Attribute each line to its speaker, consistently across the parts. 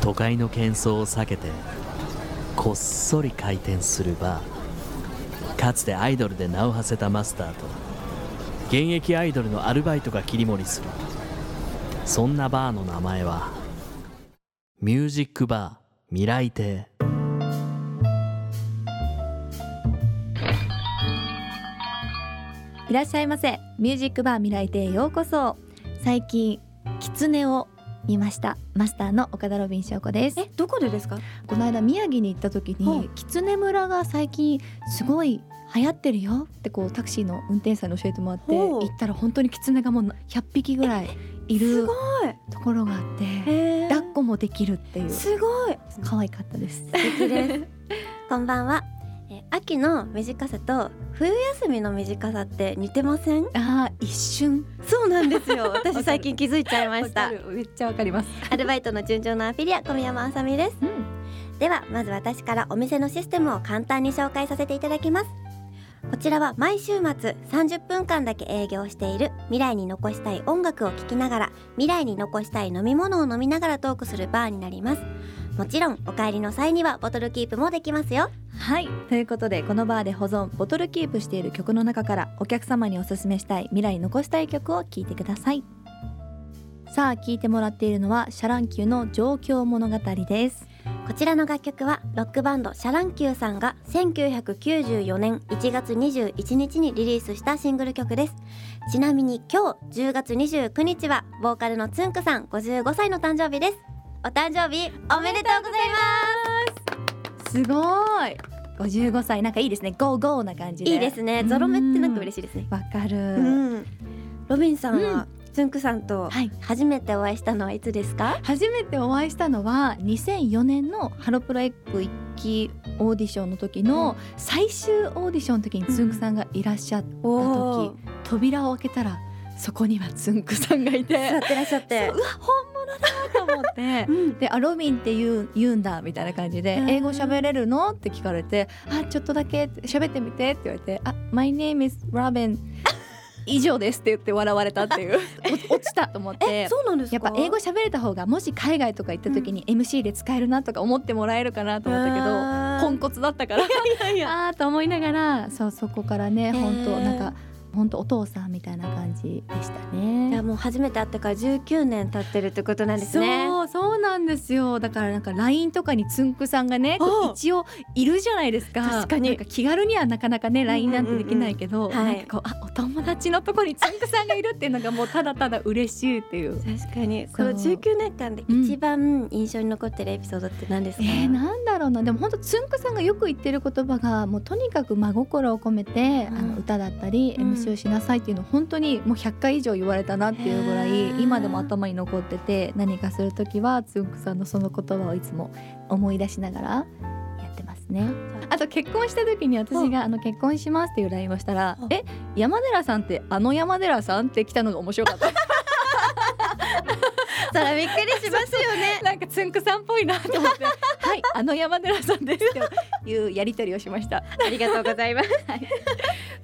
Speaker 1: 都会の喧騒を避けてこっそり開店するバーかつてアイドルで名を馳せたマスターと現役アイドルのアルバイトが切り盛りするそんなバーの名前はミュージックバー未来亭
Speaker 2: いらっしゃいませミュージックバー未来亭へようこそ最近狐を見ましたマスターの岡田ロビン翔子です
Speaker 3: えどこでですか
Speaker 2: この間宮城に行った時
Speaker 3: は
Speaker 2: に
Speaker 3: い
Speaker 2: 狐村が最近すごい流行ってるよってこうタクシーの運転手さんに教えてもらって
Speaker 3: ほ
Speaker 2: 行
Speaker 3: う
Speaker 2: ったら本当に狐がもう100匹ぐらいい
Speaker 3: す
Speaker 2: る
Speaker 3: ごい
Speaker 2: ところがあって
Speaker 3: へ
Speaker 2: 抱っこもできるっていう
Speaker 3: すごい
Speaker 2: 可愛かった です
Speaker 4: 素敵 ですこんばんはえー秋の短さと冬休みの短さって似てません
Speaker 2: あー一瞬
Speaker 4: そうなんですよ私
Speaker 2: る
Speaker 4: 最近気づいちゃいました
Speaker 2: めっちゃわかります
Speaker 4: アルバイトの順調のアフィリア小宮山あさみです
Speaker 2: うん
Speaker 4: ではまず私からお店のシステムを簡単に紹介させていただきますこちらは毎週末30分間だけ営業している未来に残したい音楽を聴きながら未来に残したい飲み物を飲みながらトークするバーになりますもちろんお帰りの際にはボトルキープもできますよ
Speaker 2: はいということでこのバーで保存ボトルキープしている曲の中からお客様におすすめしたい未来に残したい曲を聴いてくださいさあ聴いてもらっているのはシャランキューの状況物語です
Speaker 4: こちらの楽曲はロックバンドシャランキューさんが1994年1月21日にリリースしたシングル曲ですちなみに今日10月29日はボーカルのつんくさん55歳の誕生日ですお誕生日おめでとうござい
Speaker 2: すごい55歳なんかいいですねゴーゴーな感じ
Speaker 4: ま
Speaker 2: で
Speaker 4: すいいですねゾロ目ってなんか嬉しいですね
Speaker 2: わかる、
Speaker 4: うんロビンさんはつんくさんと
Speaker 2: はい
Speaker 4: 初めてお会いしたのはいつですか
Speaker 2: 初めてお会いしたのは2004年のハロプロエッグ一期オーディションの時の最終オーディションの時につんくさんがいらっしゃっておー扉を開けたらそこにはつんくさんがい
Speaker 4: 座
Speaker 2: て
Speaker 4: ってらっしゃって
Speaker 2: そううわ本物だなと思って であロビンって言う言うんだみたいな感じで「
Speaker 4: うん
Speaker 2: 英語喋れるの?」って聞かれて「あちょっとだけ喋ってみて」って言われて「あ My name is Robin 以上です」って言って笑われたっていう お落ちたと思って。
Speaker 4: そうなんで
Speaker 2: やっぱ英語喋れた方がもし海外とか行った時に MC で使えるなとか思ってもらえるかなと思ったけど、ポンコツだったから
Speaker 4: いやいや
Speaker 2: あーと思いながらそうそこからね
Speaker 4: ー
Speaker 2: 本当なんか本当お父さんみたいな感じでした
Speaker 4: いや
Speaker 2: ね。
Speaker 4: もう初めて会ってから19年経ってるってことなんですね。
Speaker 2: そうそうなんですよだからなんか LINE とかにつんくさんがねこう一応いるじゃないですか
Speaker 4: 確かに
Speaker 2: なんか気軽にはなかなかね LINE なんてできないけど、
Speaker 4: うんうんうんはい
Speaker 2: なんかこうあお友達のとこにつんくさんがいるっていうのがもうただただ嬉しいっていう
Speaker 4: 確かに
Speaker 2: そう
Speaker 4: この19年間で一番印象に残ってるエピソードって何ですか、
Speaker 2: えー、なんだろうなでも本当つんくさんがよく言ってる言葉がもうとにかく真心を込めて、
Speaker 4: うん
Speaker 2: あの歌だったり、
Speaker 4: うん
Speaker 2: MC をしなさいっていうのを本当にもう100回以上言われたなっていうぐら
Speaker 4: へー
Speaker 2: い今でも頭に残ってて何かする時はつんくさんのその言葉をいつも思い出しながらやってますね。あと結婚した時に私が「あの結婚します」っていう LINE をしたら
Speaker 4: う
Speaker 2: 「
Speaker 4: ん
Speaker 2: え山寺さんってあの山寺さん?」って来たのが面白かった
Speaker 4: そらびっくりしますよね
Speaker 2: なんかつんくさんっぽいなと思って「 はいあの山寺さんです」 っていうやり取りをしました。
Speaker 4: ありがとうございます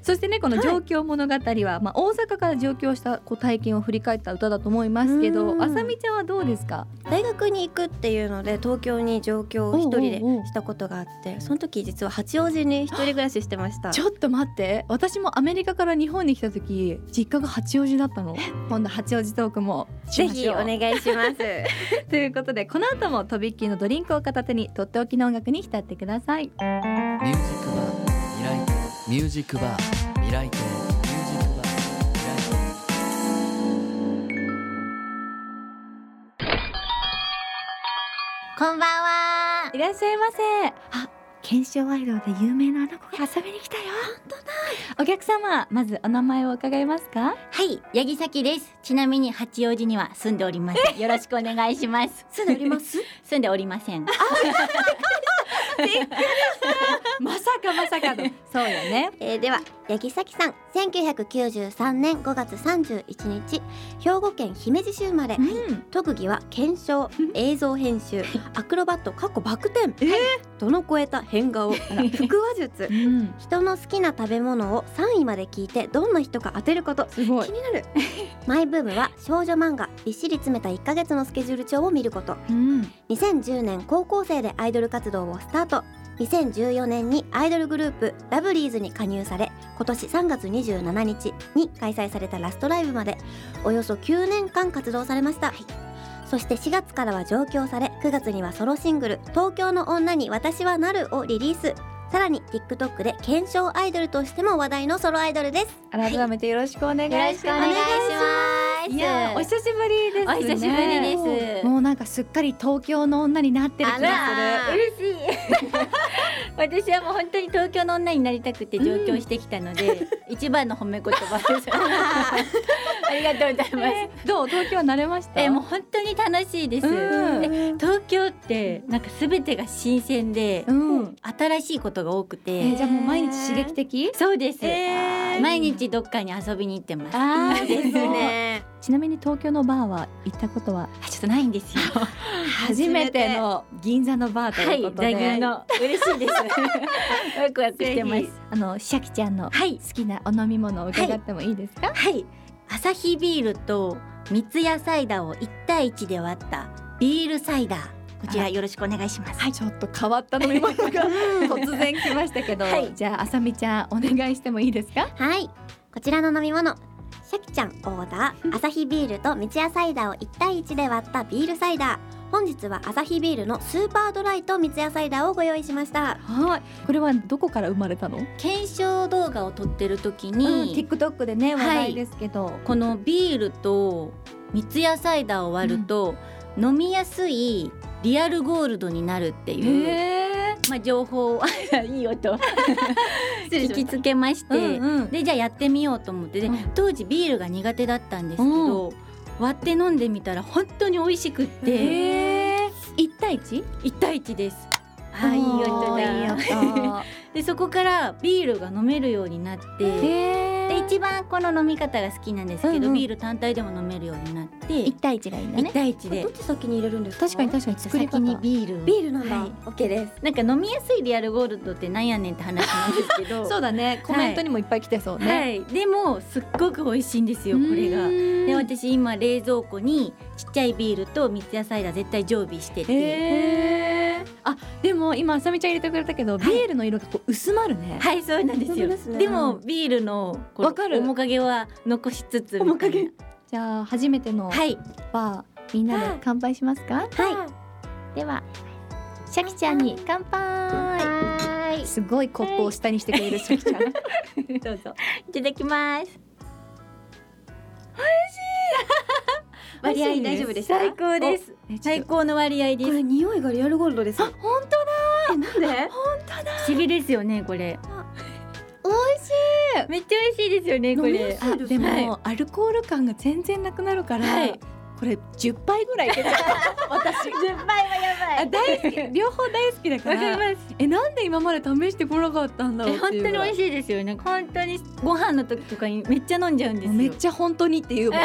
Speaker 2: そしてねこの「状況物語は」まあ、大阪から上京したこう体験を振り返った歌だと思いますけ
Speaker 4: う
Speaker 2: ど
Speaker 4: ん
Speaker 2: あさみちゃんはどうですか
Speaker 4: 大学に行くっていうので東京に上京を一人で
Speaker 2: おうおうおう
Speaker 4: したことがあってその時実は八王子に一人暮らししてました
Speaker 2: ちょっと待って私もアメリカから日本に来た時実家が八王子だったの今度八王子トークもし
Speaker 4: ぜ
Speaker 2: ま
Speaker 4: ひ
Speaker 2: し
Speaker 4: お
Speaker 2: ょう
Speaker 4: 願いします
Speaker 2: ということでこの後もとびっきりのドリンクを片手にとっておきの音楽に浸ってください
Speaker 1: ミュージックバー未来亭ミュージックバー未来亭ミュージックバー未来亭
Speaker 4: こんばんはい
Speaker 2: らっしゃいませあ検証アイドルで有名なあの子が遊びに来たよ本当だお客様まずお名前を伺いますか
Speaker 5: はい、八木崎です。ちなみに八王子には住んでおりません。よろしくお願い します。住んでおります。 住んでおりません。
Speaker 2: まさかまさかの そうよね
Speaker 4: えー、では八木咲さん1993年5月31日兵庫県姫路市生まれ、
Speaker 2: うん
Speaker 4: 特技は検証映像編集アクロバットかっこバク転、
Speaker 2: えー
Speaker 4: はい度の超えた 変顔腹話術
Speaker 2: うん、
Speaker 4: 人の好きな食べ物を3位まで聞いてどんな人か当てること
Speaker 2: すごい
Speaker 4: 気。になるマイブームは少女漫画びっしり詰めた1ヶ月のスケジュール帳を見ること
Speaker 2: うん、
Speaker 4: 2010年高校生でアイドル活動をスタート2014年にアイドルグループラブリーズに加入され今年3月27日に開催されたラストライブまでおよそ9年間活動されました、そして4月からは上京され9月にはソロシングル「東京の女に私はなる」をリリースさらに TikTok で検証アイドルとしても話題のソロアイドルです
Speaker 2: 改めてよろしくお願いし
Speaker 5: よ
Speaker 2: ま
Speaker 5: ろし
Speaker 2: す。
Speaker 5: くお願いします。
Speaker 2: いやーお久しぶりですね。
Speaker 5: お久しぶりです
Speaker 2: もうなんかすっかり東京の女になってる気がする。
Speaker 5: 嬉しい 私はもう本当に東京の女になりたくて上京してきたので、 一番の褒め言葉ですありがとうございます、
Speaker 2: えーどう東京慣れました？
Speaker 5: えーもう本当に楽しいです、
Speaker 2: うん
Speaker 5: で東京ってなんか全てが新鮮で、
Speaker 2: うん。
Speaker 5: 新しいことが多くて、
Speaker 2: えーじゃあもう毎日刺激的？
Speaker 5: そうです、
Speaker 2: えー
Speaker 5: 毎日どっかに遊びに行ってます
Speaker 2: あー
Speaker 4: ですね
Speaker 2: ちなみに東京のバーは行ったことは
Speaker 5: あちょっとないんですよ
Speaker 2: 初めての銀座のバーと
Speaker 5: はいいう
Speaker 2: こと
Speaker 5: 大
Speaker 2: で、
Speaker 5: 学の嬉しいです ワクワクし
Speaker 2: ぜ
Speaker 5: てます
Speaker 2: ひあのシャキちゃんの
Speaker 5: はい
Speaker 2: 好きなお飲み物を伺ってもいいですか？
Speaker 5: はいアサヒビールと三ツ矢サイダーを1対1で割ったビールサイダーこちらよろしくお願いします
Speaker 2: はい、ちょっと変わった飲み物が突然来ましたけど、
Speaker 5: はい
Speaker 2: じゃああさみちゃんお願いしてもいいですか？
Speaker 4: はいこちらの飲み物シャキちゃんオーダーアサヒビールと三ツ矢サイダーを1対1で割ったビールサイダー本日はアサヒビールのスーパードライと三ツ矢サイダーをご用意しました
Speaker 2: はい、これはどこから生まれたの？
Speaker 5: 検証動画を撮ってる時
Speaker 2: うん、
Speaker 5: に、
Speaker 2: TikTok でね
Speaker 5: はい
Speaker 2: 話題ですけど、
Speaker 5: このビールと三ツ矢サイダーを割ると、飲みやすいリアルゴールドになるっていう、
Speaker 2: え
Speaker 5: まあ、情報をい い音聞きつけまして、
Speaker 2: うんうん、
Speaker 5: でじゃあやってみようと思ってで
Speaker 2: うん
Speaker 5: 当時ビールが苦手だったんですけど、割って飲んでみたら本当に美味しくって、
Speaker 2: え一対一？
Speaker 5: 一対一です。あーいい音だ
Speaker 2: あーいい音
Speaker 5: でそこからビールが飲めるようになって、
Speaker 2: え
Speaker 5: で一番この飲み方が好きなんですけど、
Speaker 2: うんうん
Speaker 5: ビール単体でも飲めるようになって
Speaker 2: 一
Speaker 5: 一
Speaker 2: 対一がいいんだね。
Speaker 5: 対一で
Speaker 4: どっち先に入れるんですか
Speaker 2: 確かに確かに作り方。
Speaker 5: 先にビールを
Speaker 4: ビールなんだ、
Speaker 5: はい
Speaker 4: OK です
Speaker 5: なんか飲みやすいリアルゴールドってなんやねんって話なんですけど
Speaker 2: そうだね、コメントにもいっぱい来てそうね。
Speaker 5: はい、でもすっごく美味しいんですよこれが。で
Speaker 2: で
Speaker 5: 私今冷蔵庫にちっちゃいビールと三ツ矢サイダー絶対常備してて、
Speaker 2: へーあでも今あさみちゃん入れてくれたけど、ビールの色がこう薄まるね、
Speaker 5: はいそうなんです
Speaker 4: 本当
Speaker 5: よ
Speaker 4: で
Speaker 5: です
Speaker 4: ね
Speaker 5: もビールのこの
Speaker 2: わかる
Speaker 5: 面影は残しつつみたいな
Speaker 4: 面影
Speaker 2: じゃあ初めての
Speaker 5: はい
Speaker 2: バーみんなで乾杯しますか、
Speaker 4: は
Speaker 2: ではシャキちゃんに乾
Speaker 4: い
Speaker 2: 杯
Speaker 4: はーい
Speaker 2: すごいコップを下にしてくれるシャキち ゃん
Speaker 5: どうぞいただきます
Speaker 4: 割 合大丈夫でした
Speaker 5: 最高です最高の割合で
Speaker 4: これ匂いがリアルゴールドですあ
Speaker 2: 本当だ
Speaker 4: なんで
Speaker 5: すしびですよねこれ
Speaker 2: 美味しい
Speaker 5: めっちゃ美味しいですよねこ
Speaker 4: 飲みや
Speaker 5: れ
Speaker 4: す
Speaker 2: あでも、
Speaker 5: は
Speaker 2: アルコール感が全然なくなるから、
Speaker 5: はい
Speaker 2: これ10杯ぐらいいけちゃう私
Speaker 5: 10倍は や
Speaker 2: あ大好き両方大好きだか
Speaker 5: わからります
Speaker 2: えなんで今まで試してこなかったんだろう
Speaker 5: え
Speaker 2: って
Speaker 5: 本
Speaker 2: い
Speaker 5: 当
Speaker 2: うぐ
Speaker 5: に美
Speaker 2: らい
Speaker 5: 味しいですよね本当にご飯の時とかにめっちゃ飲んじゃうんですよ
Speaker 2: めっちゃ本当にって いうもん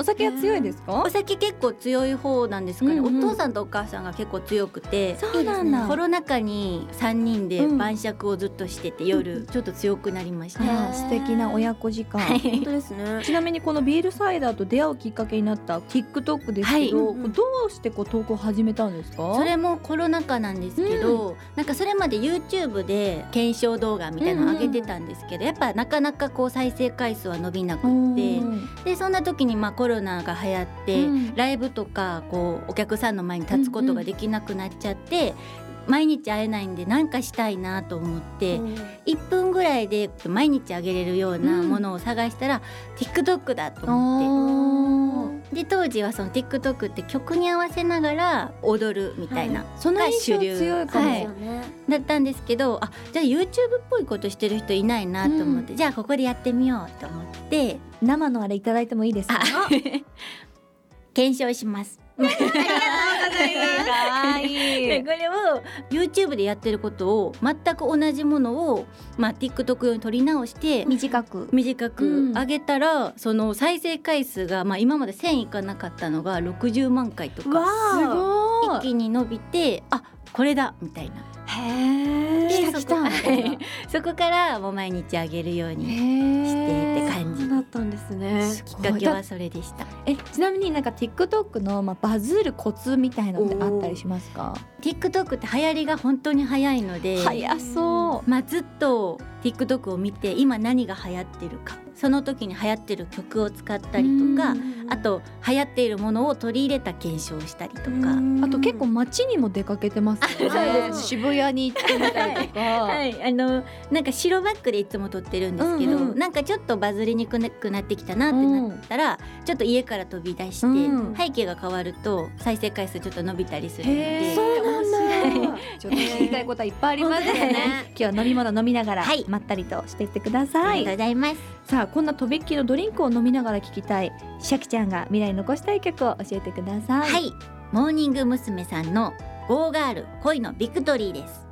Speaker 2: お酒は強いですか
Speaker 5: お酒結構強い方なんですかね、
Speaker 2: うんうん
Speaker 5: お父さんとお母さんが結構強くて
Speaker 2: そうなんだ
Speaker 5: コロナ禍に3人で晩酌をずっとしてて、夜ちょっと強くなりました、
Speaker 2: あー素敵な親子時間、
Speaker 5: はい
Speaker 4: 本当ですね
Speaker 2: ちなみにこのビールサイダーと出会うきっかけになった TikTok ですけど、
Speaker 4: はいうんうん
Speaker 2: どうしてこう投稿を始めたんですか
Speaker 5: それもコロナ禍なんですけど、なんかそれまで YouTube で検証動画みたいなの上げてたんですけど、やっぱなかなかこう再生回数は伸びなく
Speaker 2: う
Speaker 5: て
Speaker 2: ん
Speaker 5: でそんな時にまあコロナが流行って、
Speaker 2: うん
Speaker 5: ライブとかこうお客さんの前に立つことができなくなっちゃって、毎日会えないんで何かしたいなと思って、1分ぐらいで毎日あげれるようなものを探したら、TikTok だと思って。
Speaker 2: あ
Speaker 5: で当時はその TikTok って曲に合わせながら踊るみたいな、
Speaker 2: ーその印象
Speaker 5: が主流
Speaker 2: 強いかも、
Speaker 5: はいだったんですけどあじゃあ YouTube っぽいことしてる人いないなと思って、じゃあここでやってみようと思って
Speaker 2: 生のあれいただいてもいいですか
Speaker 5: あ 検証します。
Speaker 2: 可愛
Speaker 5: でこれを YouTube でやってることを全く同じものを、まあ、TikTok 用に撮り直して
Speaker 2: 短く
Speaker 5: 短
Speaker 2: う
Speaker 5: く
Speaker 2: ん
Speaker 5: 上げたら、その再生回数が、まあ、今まで1,000いかなかったのが60万回とか
Speaker 2: すご
Speaker 5: 一気に伸びてあこれだみたいな
Speaker 2: へえ。
Speaker 5: で
Speaker 2: 来た来た。
Speaker 5: そこそこからもう毎日あげるようにしてって感じ
Speaker 3: そうだったんですね
Speaker 5: きっかけはそれでした
Speaker 2: えちなみになんか TikTok のまあバズるコツみたいのってあったりしますか？
Speaker 5: TikTok って流行りが本当に早いので、
Speaker 2: 早そ
Speaker 5: まあ、ずっと TikTok を見て今何が流行ってるかその時に流行ってる曲を使ったりとか
Speaker 2: うん
Speaker 5: あと流行っているものを取り入れた検証をしたりとか、
Speaker 2: う。あと結構街にも出かけてますよ
Speaker 5: そう
Speaker 2: ね。
Speaker 5: です
Speaker 2: 渋谷に行ってみたりとか。
Speaker 5: はい、あのなんか白バッグでいつも撮ってるんですけど、
Speaker 2: うんうん
Speaker 5: なんかちょっとバズりにくくなってきたなってなったら、ちょっと家から飛び出して、
Speaker 2: うん
Speaker 5: 背景が変わると再生回数ちょっと伸びたりするの
Speaker 2: へえ。
Speaker 5: で。
Speaker 2: そうなんだ。ちょっと聞きたいことはいっぱいありますよ
Speaker 5: 本当だ
Speaker 2: ね。今日は飲み物飲みながら
Speaker 5: はい
Speaker 2: まったりとしていってくだ
Speaker 5: あ
Speaker 2: さ
Speaker 5: り
Speaker 2: い
Speaker 5: がとう。ございます。
Speaker 2: さあこんなとびっきりのドリンクを飲みながら聴きたいシャキちゃんが未来に残したい曲を教えてください。
Speaker 5: はい、モーニング娘さんのゴーガール恋のビクトリーです。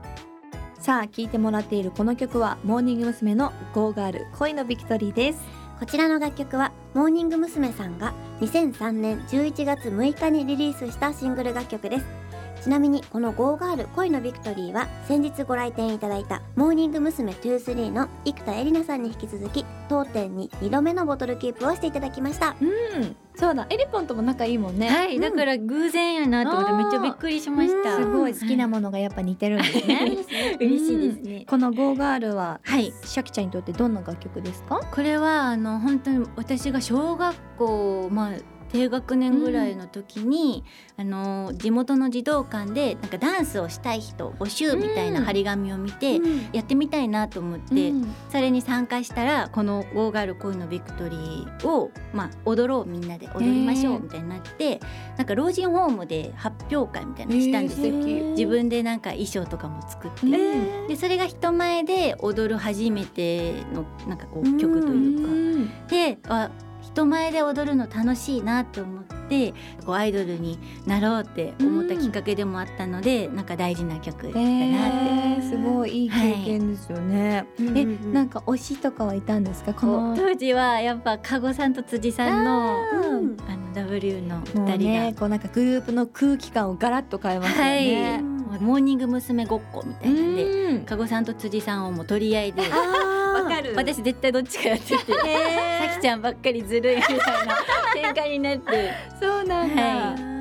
Speaker 2: さあ聴いてもらっているこの曲はモーニング娘。の「ゴーガール恋のビクトリー」です。
Speaker 4: こちらの楽曲はモーニング娘。さんが2003年11月6日にリリースしたシングル楽曲ですちなみにこの「ゴーガール恋のビクトリー」は先日ご来店いただいたモーニング娘。23の生田絵梨奈さんに引き続き当店に2度目のボトルキープをしていただきました
Speaker 2: うん、そうだエリポンとも仲いいもんね。
Speaker 5: はい、
Speaker 2: うん
Speaker 5: だから偶然やなと思ってめっちゃびっくりしました。
Speaker 2: すごい好きな
Speaker 5: も
Speaker 2: ものがやっぱ似てるん ですね。
Speaker 5: 嬉しいですね。
Speaker 2: この「ゴーガールは
Speaker 5: はい、
Speaker 2: シャキちゃんにとってどんな楽曲ですか？
Speaker 5: これはあの本当に私が小学校まあ低学年ぐらいの時に、あの地元の児童館でなんかダンスをしたい人募集みたいな張り紙を見て、やってみたいなと思って、
Speaker 2: うん
Speaker 5: それに参加したらこの「ゴーガール恋のビクトリーを」まあ、踊ろうみんなで踊りましょ
Speaker 2: へ
Speaker 5: う
Speaker 2: ー
Speaker 5: みたいになってなんか老人ホームで発表会みたいなのしたんですよ。
Speaker 2: 自
Speaker 5: 自分でなんか衣装とかも作って、
Speaker 2: うん
Speaker 5: でそれが人前で踊る初めてのなんかこう曲というか、であ人前で踊るの楽しいなって思ってこうアイドルになろうって思ったきっかけでもあったので、なんか大事な曲だなって、
Speaker 2: えー、すごいいい経験ですよね。え、
Speaker 3: な
Speaker 2: なんんか推しとかはいたんですか？この
Speaker 5: 当時はやっぱ加護さんと辻さんのあ
Speaker 2: うん
Speaker 5: の W の
Speaker 2: もう
Speaker 5: 2人が、
Speaker 2: ね、こうなんかグループの空気感をガラッと変えますよ
Speaker 5: はい、
Speaker 2: ね。
Speaker 5: もうモーニング娘。ごっこみたいなんで
Speaker 2: うん
Speaker 5: 加護さんと辻さんをもう取り合いで
Speaker 3: わかる
Speaker 5: 私絶対どっちかやってて、さきちゃんばっかりずるいみたいな展開になって
Speaker 2: そうなんだ。
Speaker 5: はい
Speaker 2: えー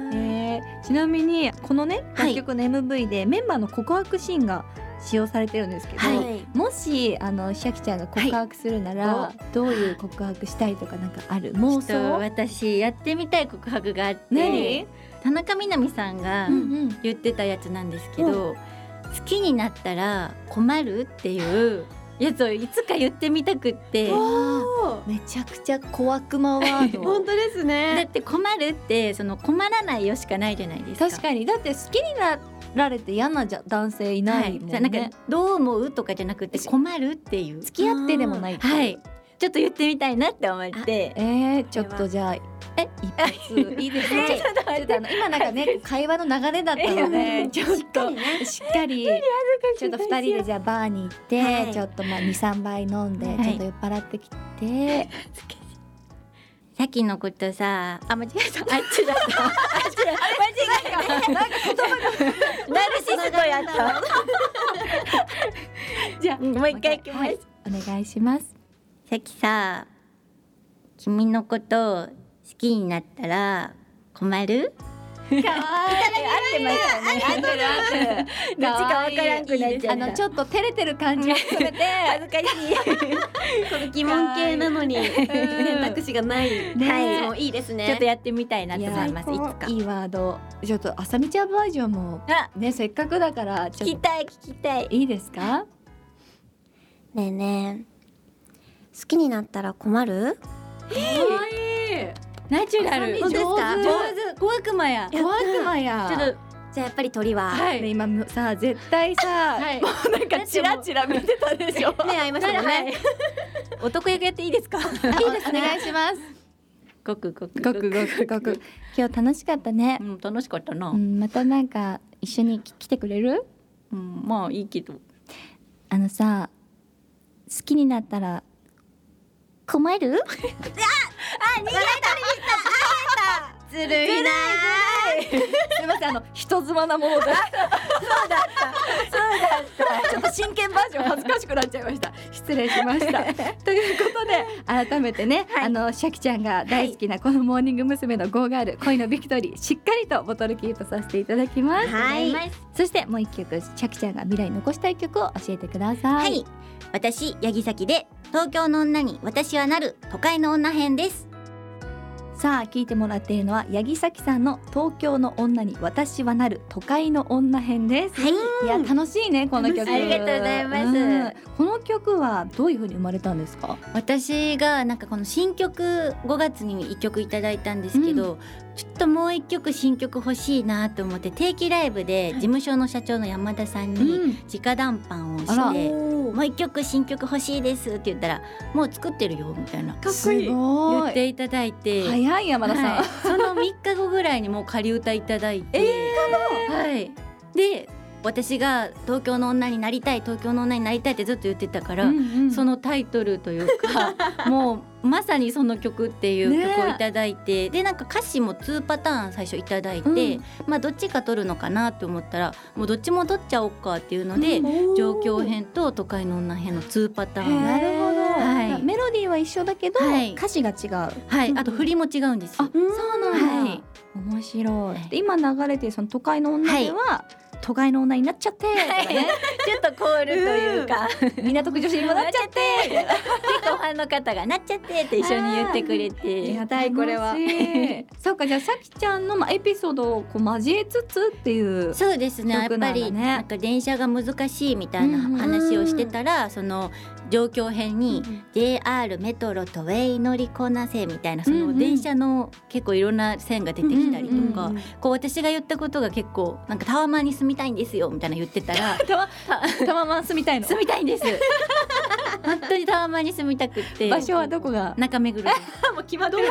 Speaker 2: ちなみにこのね
Speaker 5: は
Speaker 2: 楽
Speaker 5: い
Speaker 2: 曲の MV でメンバーの告白シーンが使用されてるんですけど、
Speaker 5: はい
Speaker 2: もしあのシャキちゃんが告白するなら、
Speaker 5: は
Speaker 2: どういう告白したいとかなんかある
Speaker 5: ちょ
Speaker 2: 妄
Speaker 5: っと
Speaker 2: 想？
Speaker 5: 私やってみたい告白があって、
Speaker 2: 何
Speaker 5: 田中みな実さんが
Speaker 2: うんうん。
Speaker 5: 言ってたやつなんですけど、好きになったら困るっていうやつをいつか言ってみたくって。
Speaker 2: めちゃくちゃ小悪魔ワード
Speaker 3: 本。当です
Speaker 5: だっ
Speaker 3: ね
Speaker 5: て困るってその困らないよしかないじゃないです か。
Speaker 2: 確かにだって好きになられて嫌なじゃ男性いないもんね。
Speaker 5: はい、なんかどう思うとかじゃなくて困るっていう。
Speaker 2: 付き合ってでもないっていう
Speaker 5: はい。ちょっと言ってみたいなって思って。
Speaker 2: えー、ちょっとじゃあえ一発いい ですね。ちょっとちょっとあの今なんかね会話の流れだったのでちょっとしっかりちょっと二人でじゃあバーに行って、
Speaker 4: はい
Speaker 2: ちょっとまあ二三杯飲んで、
Speaker 5: はい
Speaker 2: ちょっと酔っ払ってきて、
Speaker 5: さっきのことさ、あ間違えた。あっちだった。あっちだった。間違えた。なんか言葉がナルシストやった。 じゃあもう一回行きます。
Speaker 2: お願いします。
Speaker 5: さっきさ君のこと好きになったら困るかわいい合ってますよね合ってる合ってるどっちかわからんくなっちゃ
Speaker 2: あのちょっと照れてる感じも含めて、
Speaker 5: 恥ずか し
Speaker 3: 疑問系なのに選択肢がない
Speaker 5: い
Speaker 3: いつ
Speaker 5: は
Speaker 3: もいいです
Speaker 5: いちょっ
Speaker 3: ね
Speaker 5: とやってみたいなと思いますいつか
Speaker 2: いいワード。ちょっと浅見ちゃんバージョンも
Speaker 5: あ
Speaker 2: ねせっかくだからち
Speaker 5: 聞
Speaker 2: ょ
Speaker 5: き
Speaker 2: った
Speaker 5: い聞きたい
Speaker 2: といいですか？
Speaker 4: ねえねえ好きになったら困る
Speaker 5: ナチュラ
Speaker 2: あ
Speaker 5: ル
Speaker 2: さみ上手
Speaker 5: 上手小悪魔やちょ
Speaker 2: 小悪魔や。
Speaker 5: っと
Speaker 4: じゃあやっぱり鳥は、
Speaker 5: は
Speaker 2: ね今むさ絶対さ、
Speaker 5: はい
Speaker 2: もうなんかチラチラ見てたでしょ。
Speaker 4: ね会いましたもんね
Speaker 5: 男役やっていいですか
Speaker 2: いいですね。お願いします。
Speaker 5: ごくごく
Speaker 2: ごくごくごく。今日楽しかったね
Speaker 5: う。ん楽しかったな
Speaker 2: うん、またなんか一緒にき来てくれる？
Speaker 5: うんまあいいけど
Speaker 2: あのさ、好きになったら困る？
Speaker 5: ずるいな
Speaker 2: すみませんあの人妻なものでそうだったそうだったちょっと真剣バージョン恥ずかしくなっちゃいました失礼しました ということで改めてね、あのシャキちゃんが大好きなこのモーニング娘。のゴーガール恋のビクトリーしっかりとボトルキープさせていただきます
Speaker 4: はい
Speaker 2: そしてもう一曲シャキちゃんが未来に残したい曲を教えてくださ
Speaker 5: はいい、私八木崎で東京の女に私はなる都会の女編です
Speaker 2: さあ聞いてもらっているのは八木咲さんの「東京の女に私はなる都会の女編」です。
Speaker 5: はい
Speaker 2: いや楽しいねこの曲。
Speaker 4: 楽しいありがとうございます
Speaker 2: この曲はどういう風に生まれたんですか。
Speaker 5: 私がなんかこの新曲5月に1曲いただいたんですけど、ちょっともう1曲新曲欲しいなと思って定期ライブで事務所の社長の山田さんに直談判を
Speaker 2: あら
Speaker 5: して、もう1曲新曲欲しいですって言ったらもう作ってるよみたいな
Speaker 3: かっこ
Speaker 2: す
Speaker 3: いい。
Speaker 5: 言
Speaker 2: ご
Speaker 5: っ
Speaker 2: い。
Speaker 5: ていただいて
Speaker 2: 早い山田さん。
Speaker 5: はい、その3日後ぐらいにもう仮歌いただいて、はい、で私が「東京の女になりたい東京の女になりたい」ってずっと言ってたから、そ
Speaker 2: の
Speaker 5: のタイトルという かもうまさにその曲っていう
Speaker 2: ねえ
Speaker 5: 曲をいただいて、でなんか歌詞も2パターン最初いただいて、
Speaker 2: うん
Speaker 5: まあどっちか取るのかなと思ったらもうどっちも取っちゃおうかっていうので、状況編と都会の女編の2パターン。
Speaker 2: なるほど、
Speaker 5: はい
Speaker 2: メロディーは一緒だけど、
Speaker 5: はい
Speaker 2: 歌詞が違う。
Speaker 5: はい、あと振りも違うんですよ。
Speaker 2: そうなんだ。
Speaker 5: はい
Speaker 2: 面白い
Speaker 5: はい。
Speaker 2: で今流れてるその都会の女では、都会の女になっちゃってとか ね、
Speaker 5: ちょっとコールというか、
Speaker 2: 港区女子にもなっちゃって。
Speaker 5: 結構ファンの方が「なっちゃって」って一緒に言ってくれ
Speaker 2: あり
Speaker 5: て
Speaker 2: がたいこれは。 そうかじゃあさきちゃんのまあエピソードをこう交えつつっていう。
Speaker 5: そうですねや
Speaker 2: 曲
Speaker 5: っ
Speaker 2: な
Speaker 5: ぱ
Speaker 2: んだね
Speaker 5: りなんか電車が難しいみたいな
Speaker 2: うんうん
Speaker 5: 話をしてたら、その状況編に「JR メトロ都営乗りこなせ」みたいなそ
Speaker 2: うんう
Speaker 5: の
Speaker 2: ん
Speaker 5: 電車の結構いろんな線が出てきたりとか、こう私が言ったことが結構なんかタワマンに住みたいんですよみたいな言って たら
Speaker 2: タワマンスみたいな
Speaker 5: 住みたいんです 本当にタワマンに住みたくって
Speaker 2: 場所はどこが。
Speaker 5: 中目黒です
Speaker 3: もう気まど
Speaker 5: い
Speaker 3: い。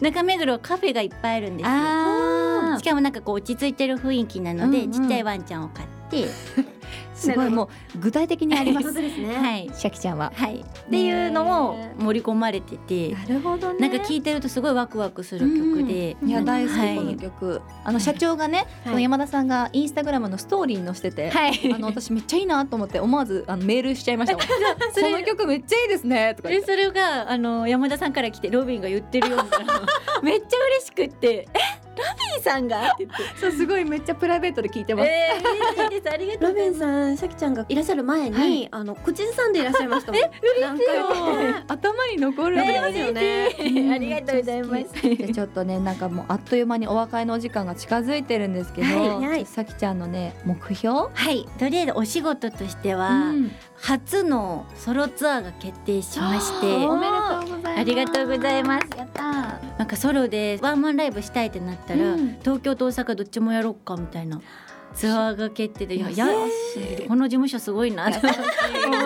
Speaker 5: 中目黒はカフェがいっぱいあるんですよ
Speaker 2: あ
Speaker 5: しかもなんかこう落ち着いてる雰囲気なので、
Speaker 2: うんうん
Speaker 5: ちっちゃいワンちゃんを飼って、
Speaker 2: ーすごいもう具体的にありま
Speaker 4: 本
Speaker 2: す
Speaker 4: 当。ですね。
Speaker 5: はい、
Speaker 2: シャキちゃんは。
Speaker 5: はい、っていうのを盛り込まれてて、
Speaker 2: るほど
Speaker 5: なんか聞いてるとすごいワクワクする曲で、
Speaker 2: いや大好
Speaker 5: は
Speaker 2: き
Speaker 5: い
Speaker 2: この曲、あの社長がね、その山田さんがインスタグラムのストーリーに載せてて、
Speaker 5: はい
Speaker 2: あの私めっちゃいいなと思って思わずあのメールしちゃいま したもんこの曲めっちゃいいですねとか言
Speaker 5: で
Speaker 2: って
Speaker 5: それがあの山田さんから来てロビンが言ってるよみた いなめっちゃ嬉しくって「えロビンさんが?」って言って
Speaker 2: そうすごいめっちゃプライベートで聞いて
Speaker 5: 「
Speaker 2: ます、
Speaker 5: えー、嬉しいです ありがと
Speaker 4: ロ
Speaker 5: うござ
Speaker 4: ビ
Speaker 5: い
Speaker 4: ン
Speaker 5: ます
Speaker 4: さん、シャキちゃんがいらっしゃる前に、
Speaker 2: はい
Speaker 4: あの口ずさんでいらっしゃい ましたもん。え、嬉
Speaker 2: そう 頭に残る
Speaker 4: 残りますよね。
Speaker 2: うん
Speaker 4: ありがとうございます。
Speaker 2: じゃあちょっとねなんかもうあっという間にお別れのお時間が近づいてるんですけど、
Speaker 4: はいはい
Speaker 2: さきちゃんのね目標」
Speaker 5: はいとりあえずお仕事としては、
Speaker 2: うん
Speaker 5: 初のソロツアーが決定しまして
Speaker 2: おめでとうございます
Speaker 5: ありがとうございます
Speaker 2: やったー
Speaker 5: なんかソロでワンマンライブしたいってなったら、
Speaker 2: うん
Speaker 5: 東京と大阪どっちもやろうかみたいなツアーが決定でいやいやこの事務所すご いなと思って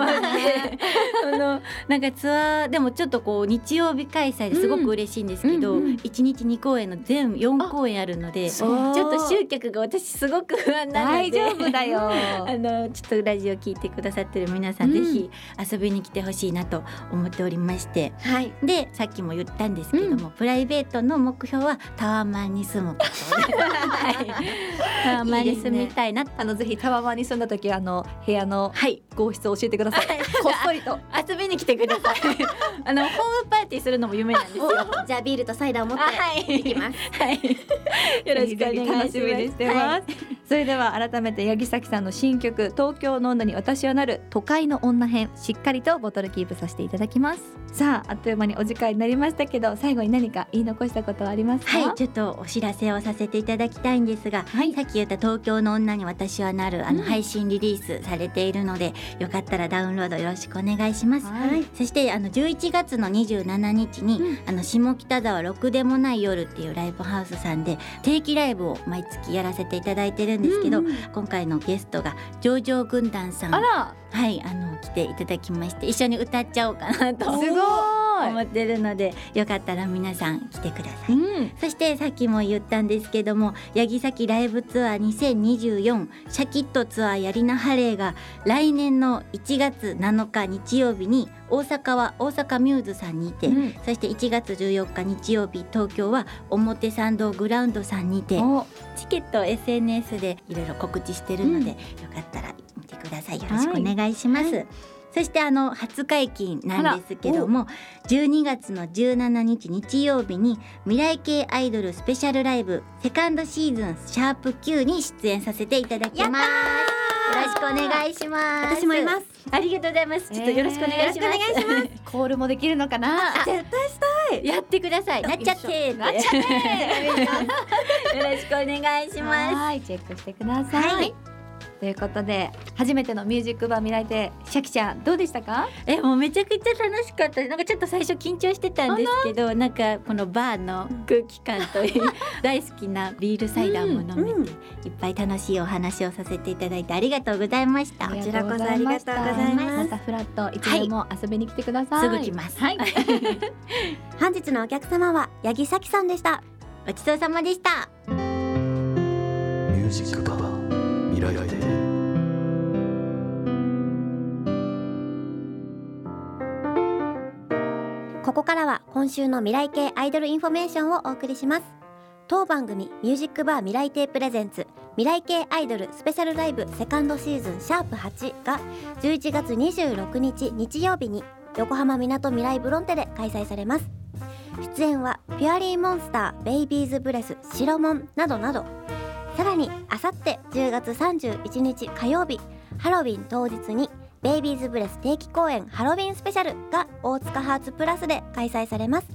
Speaker 5: あのなんかツアーでもちょっとこう日曜日開催ですごく嬉しいんですけど、
Speaker 2: うんうんうん
Speaker 5: 1日2公演の全4公演あるのでち
Speaker 2: そ
Speaker 5: ょ
Speaker 2: う
Speaker 5: っと集客が私すごく不安なの
Speaker 2: 大
Speaker 5: で
Speaker 2: 丈夫 だよ
Speaker 5: あのちょっとラジオ聞いてくださってる皆さん、
Speaker 2: うん
Speaker 5: ぜひ遊びに来てほしいなと思っておりまして
Speaker 4: はい。
Speaker 5: でさっきも言ったんですけども、プライベートの目標はタワマンに住むこと はいタワマンに住みたいなと
Speaker 2: あのぜひタワマンに住んだ時あの部屋の
Speaker 5: はい
Speaker 2: 号室を教えてくださいこっそりと
Speaker 5: 遊びに来てください あのホームパーティーするのも夢なんですよ
Speaker 4: じゃあビールとサイダーを持って
Speaker 5: はい
Speaker 4: いきます。
Speaker 5: はいよろしくお願い
Speaker 2: ぜひぜ
Speaker 5: します
Speaker 2: ひ楽しみにしてます、それでは改めて八木咲さんの新曲「東京の女に私はなる都会の女編」しっかりとボトルキープさせていただきますさああっという間にお時間になりましたけど最後に何か言い残したことはありますか
Speaker 5: はい、ちょっとお知らせをさせていただきたいんですが、さっき言った「東京の女に私はなる」あ
Speaker 2: う
Speaker 5: の
Speaker 2: ん
Speaker 5: 配信リリースされているので、よかったらダウンロードよろしくお願いします。
Speaker 2: はい
Speaker 5: そしてあの11月の27日に、
Speaker 2: うん
Speaker 5: あの下北沢ろくでもない夜っていうライブハウスさんで定期ライブを毎月やらせていただいてるんですけど、
Speaker 2: うんうん
Speaker 5: 今回のゲストが上場軍団さん
Speaker 2: あら
Speaker 5: はいあの来ていただきまして一緒に歌っちゃおうかなと
Speaker 2: すご
Speaker 5: 思ってるのでよかったら皆さん来てください。
Speaker 2: うん、
Speaker 5: そしてさっきも言ったんですけども八木崎ライブツアー2024シャキッとツアーやりなハレーが来年の1月7日日曜日に大阪は大阪ミューズさんにて、
Speaker 2: うん
Speaker 5: そして1月14日日曜日東京は表参道グラウンドさんにて
Speaker 2: お
Speaker 5: チケットを SNS でいろいろ告知してるので、よかったら見てくださいよろしくお願いします、そしてあの初解禁なんですけども12月の17日日曜日に未来系アイドルスペシャルライブセカンドシーズンシャープ Q に出演させていただきますよろしくお願いします
Speaker 4: 私もいます
Speaker 5: ありがとうございますちょっとよろしくお願いし
Speaker 4: よ
Speaker 5: ます、
Speaker 4: ろしくお願いし
Speaker 2: コールもできるのかな。
Speaker 4: ます絶対した
Speaker 5: やってくださいなっちゃって なっちゃって よろしくお願いします
Speaker 2: はい、チェックしてください。
Speaker 5: はい
Speaker 2: ということで、初めてのミュージックバー未来で、シャキちゃん、どうでしたか。
Speaker 5: えもうめちゃくちゃ楽しかったなんかちょっと最初緊張してたんですけどなんかこのバーの空気感といい 大好きなビールサイダーも飲めて、
Speaker 4: うんうん
Speaker 5: いっぱい楽しいお話をさせていただいてありがとうございました
Speaker 4: りがとうございましたこちらこそありがとうござ
Speaker 5: います
Speaker 2: またフラット、いつでも遊びに来てください。
Speaker 5: すぐ来ます、
Speaker 2: はい、
Speaker 4: 本日のお客様は八木咲さんでした
Speaker 5: ごちそうさまでした
Speaker 6: ミュージックバー未来亭
Speaker 4: ここからは今週の未来系アイドルインフォメーションをお送りします当番組ミュージックバー未来亭プレゼンツ未来系アイドルスペシャルライブセカンドシーズンシャープ8が11月26日日曜日に横浜みなとみらいブロンテで開催されます出演はピュアリーモンスターベイビーズブレスシロモンなどなどさらにあさって10月31日火曜日ハロウィン当日にベイビーズブレス定期公演ハロウィンスペシャルが大塚ハーツプラスで開催されます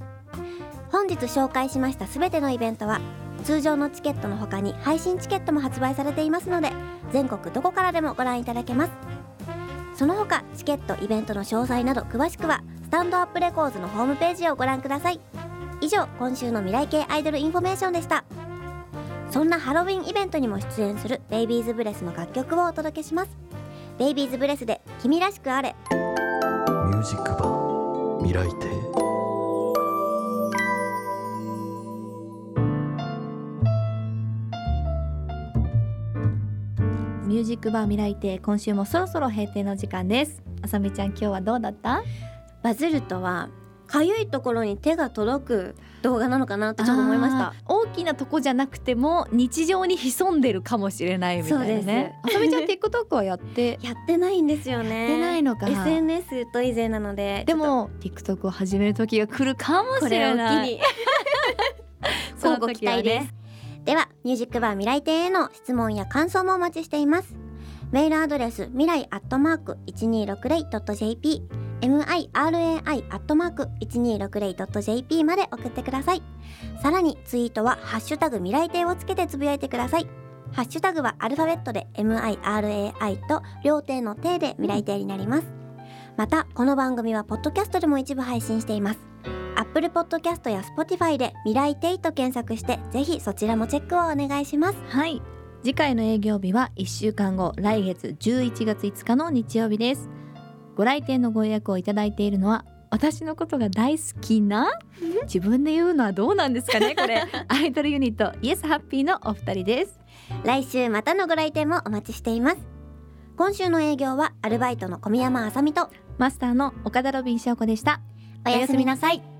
Speaker 4: 本日紹介しましたすべてのイベントは通常のチケットの他に配信チケットも発売されていますので全国どこからでもご覧いただけますその他チケットイベントの詳細など詳しくはスタンドアップレコーズのホームページをご覧ください以上今週の未来系アイドルインフォメーションでしたそんなハロウィンイベントにも出演するベイビーズブレスの楽曲をお届けしますベイビーズブレスで君らしくあれ
Speaker 6: ミュージックバー未来亭
Speaker 2: ミュージックバー未来亭、今週もそろそろ閉店の時間です。あさみちゃん、今日はどうだった。
Speaker 4: バズるとはかゆいところに手が届く動画なのかなとちょっと思いました
Speaker 2: あー。大きなとこじゃなくても、日常に潜んでるかもしれないみたいなね。あさみちゃん、ティックトックはやって。
Speaker 4: やってないんですよね
Speaker 2: やってないのか
Speaker 4: SNS と以前なので
Speaker 2: でも TikTok を始める時が来るかも
Speaker 4: ちょっと
Speaker 2: し
Speaker 4: これ
Speaker 2: れ
Speaker 4: を
Speaker 2: ない
Speaker 4: 機に
Speaker 2: そ
Speaker 4: 乞
Speaker 2: の
Speaker 4: うご
Speaker 2: 時
Speaker 4: 期
Speaker 2: は
Speaker 4: 待
Speaker 2: ね
Speaker 4: です、ではミュージックバー未来亭への質問や感想もお待ちしていますメールアドレス未来アットマーク 1260.jp mirai アットマーク 1260.jp まで送ってくださいさらにツイートはハッシュタグ未来亭をつけてつぶやいてくださいハッシュタグはアルファベットで mirai と両手の手で未来亭になりますまたこの番組はポッドキャストでも一部配信していますアップルポッドキャストや Spotify で未来テイと検索してぜひそちらもチェックをお願いします
Speaker 2: はい次回の営業日は1週間後来月11月5日の日曜日ですご来店のご予約をいただいているのは私のことが大好きな自分で言うのはどうなん ですかねこれアイドルユニットイエスハッピーのお二人です
Speaker 4: 来週またのご来店もお待ちしています今週の営業はアルバイトの小宮山あさみと
Speaker 2: マスターの岡田ロビン翔子でした
Speaker 4: おやすみなさい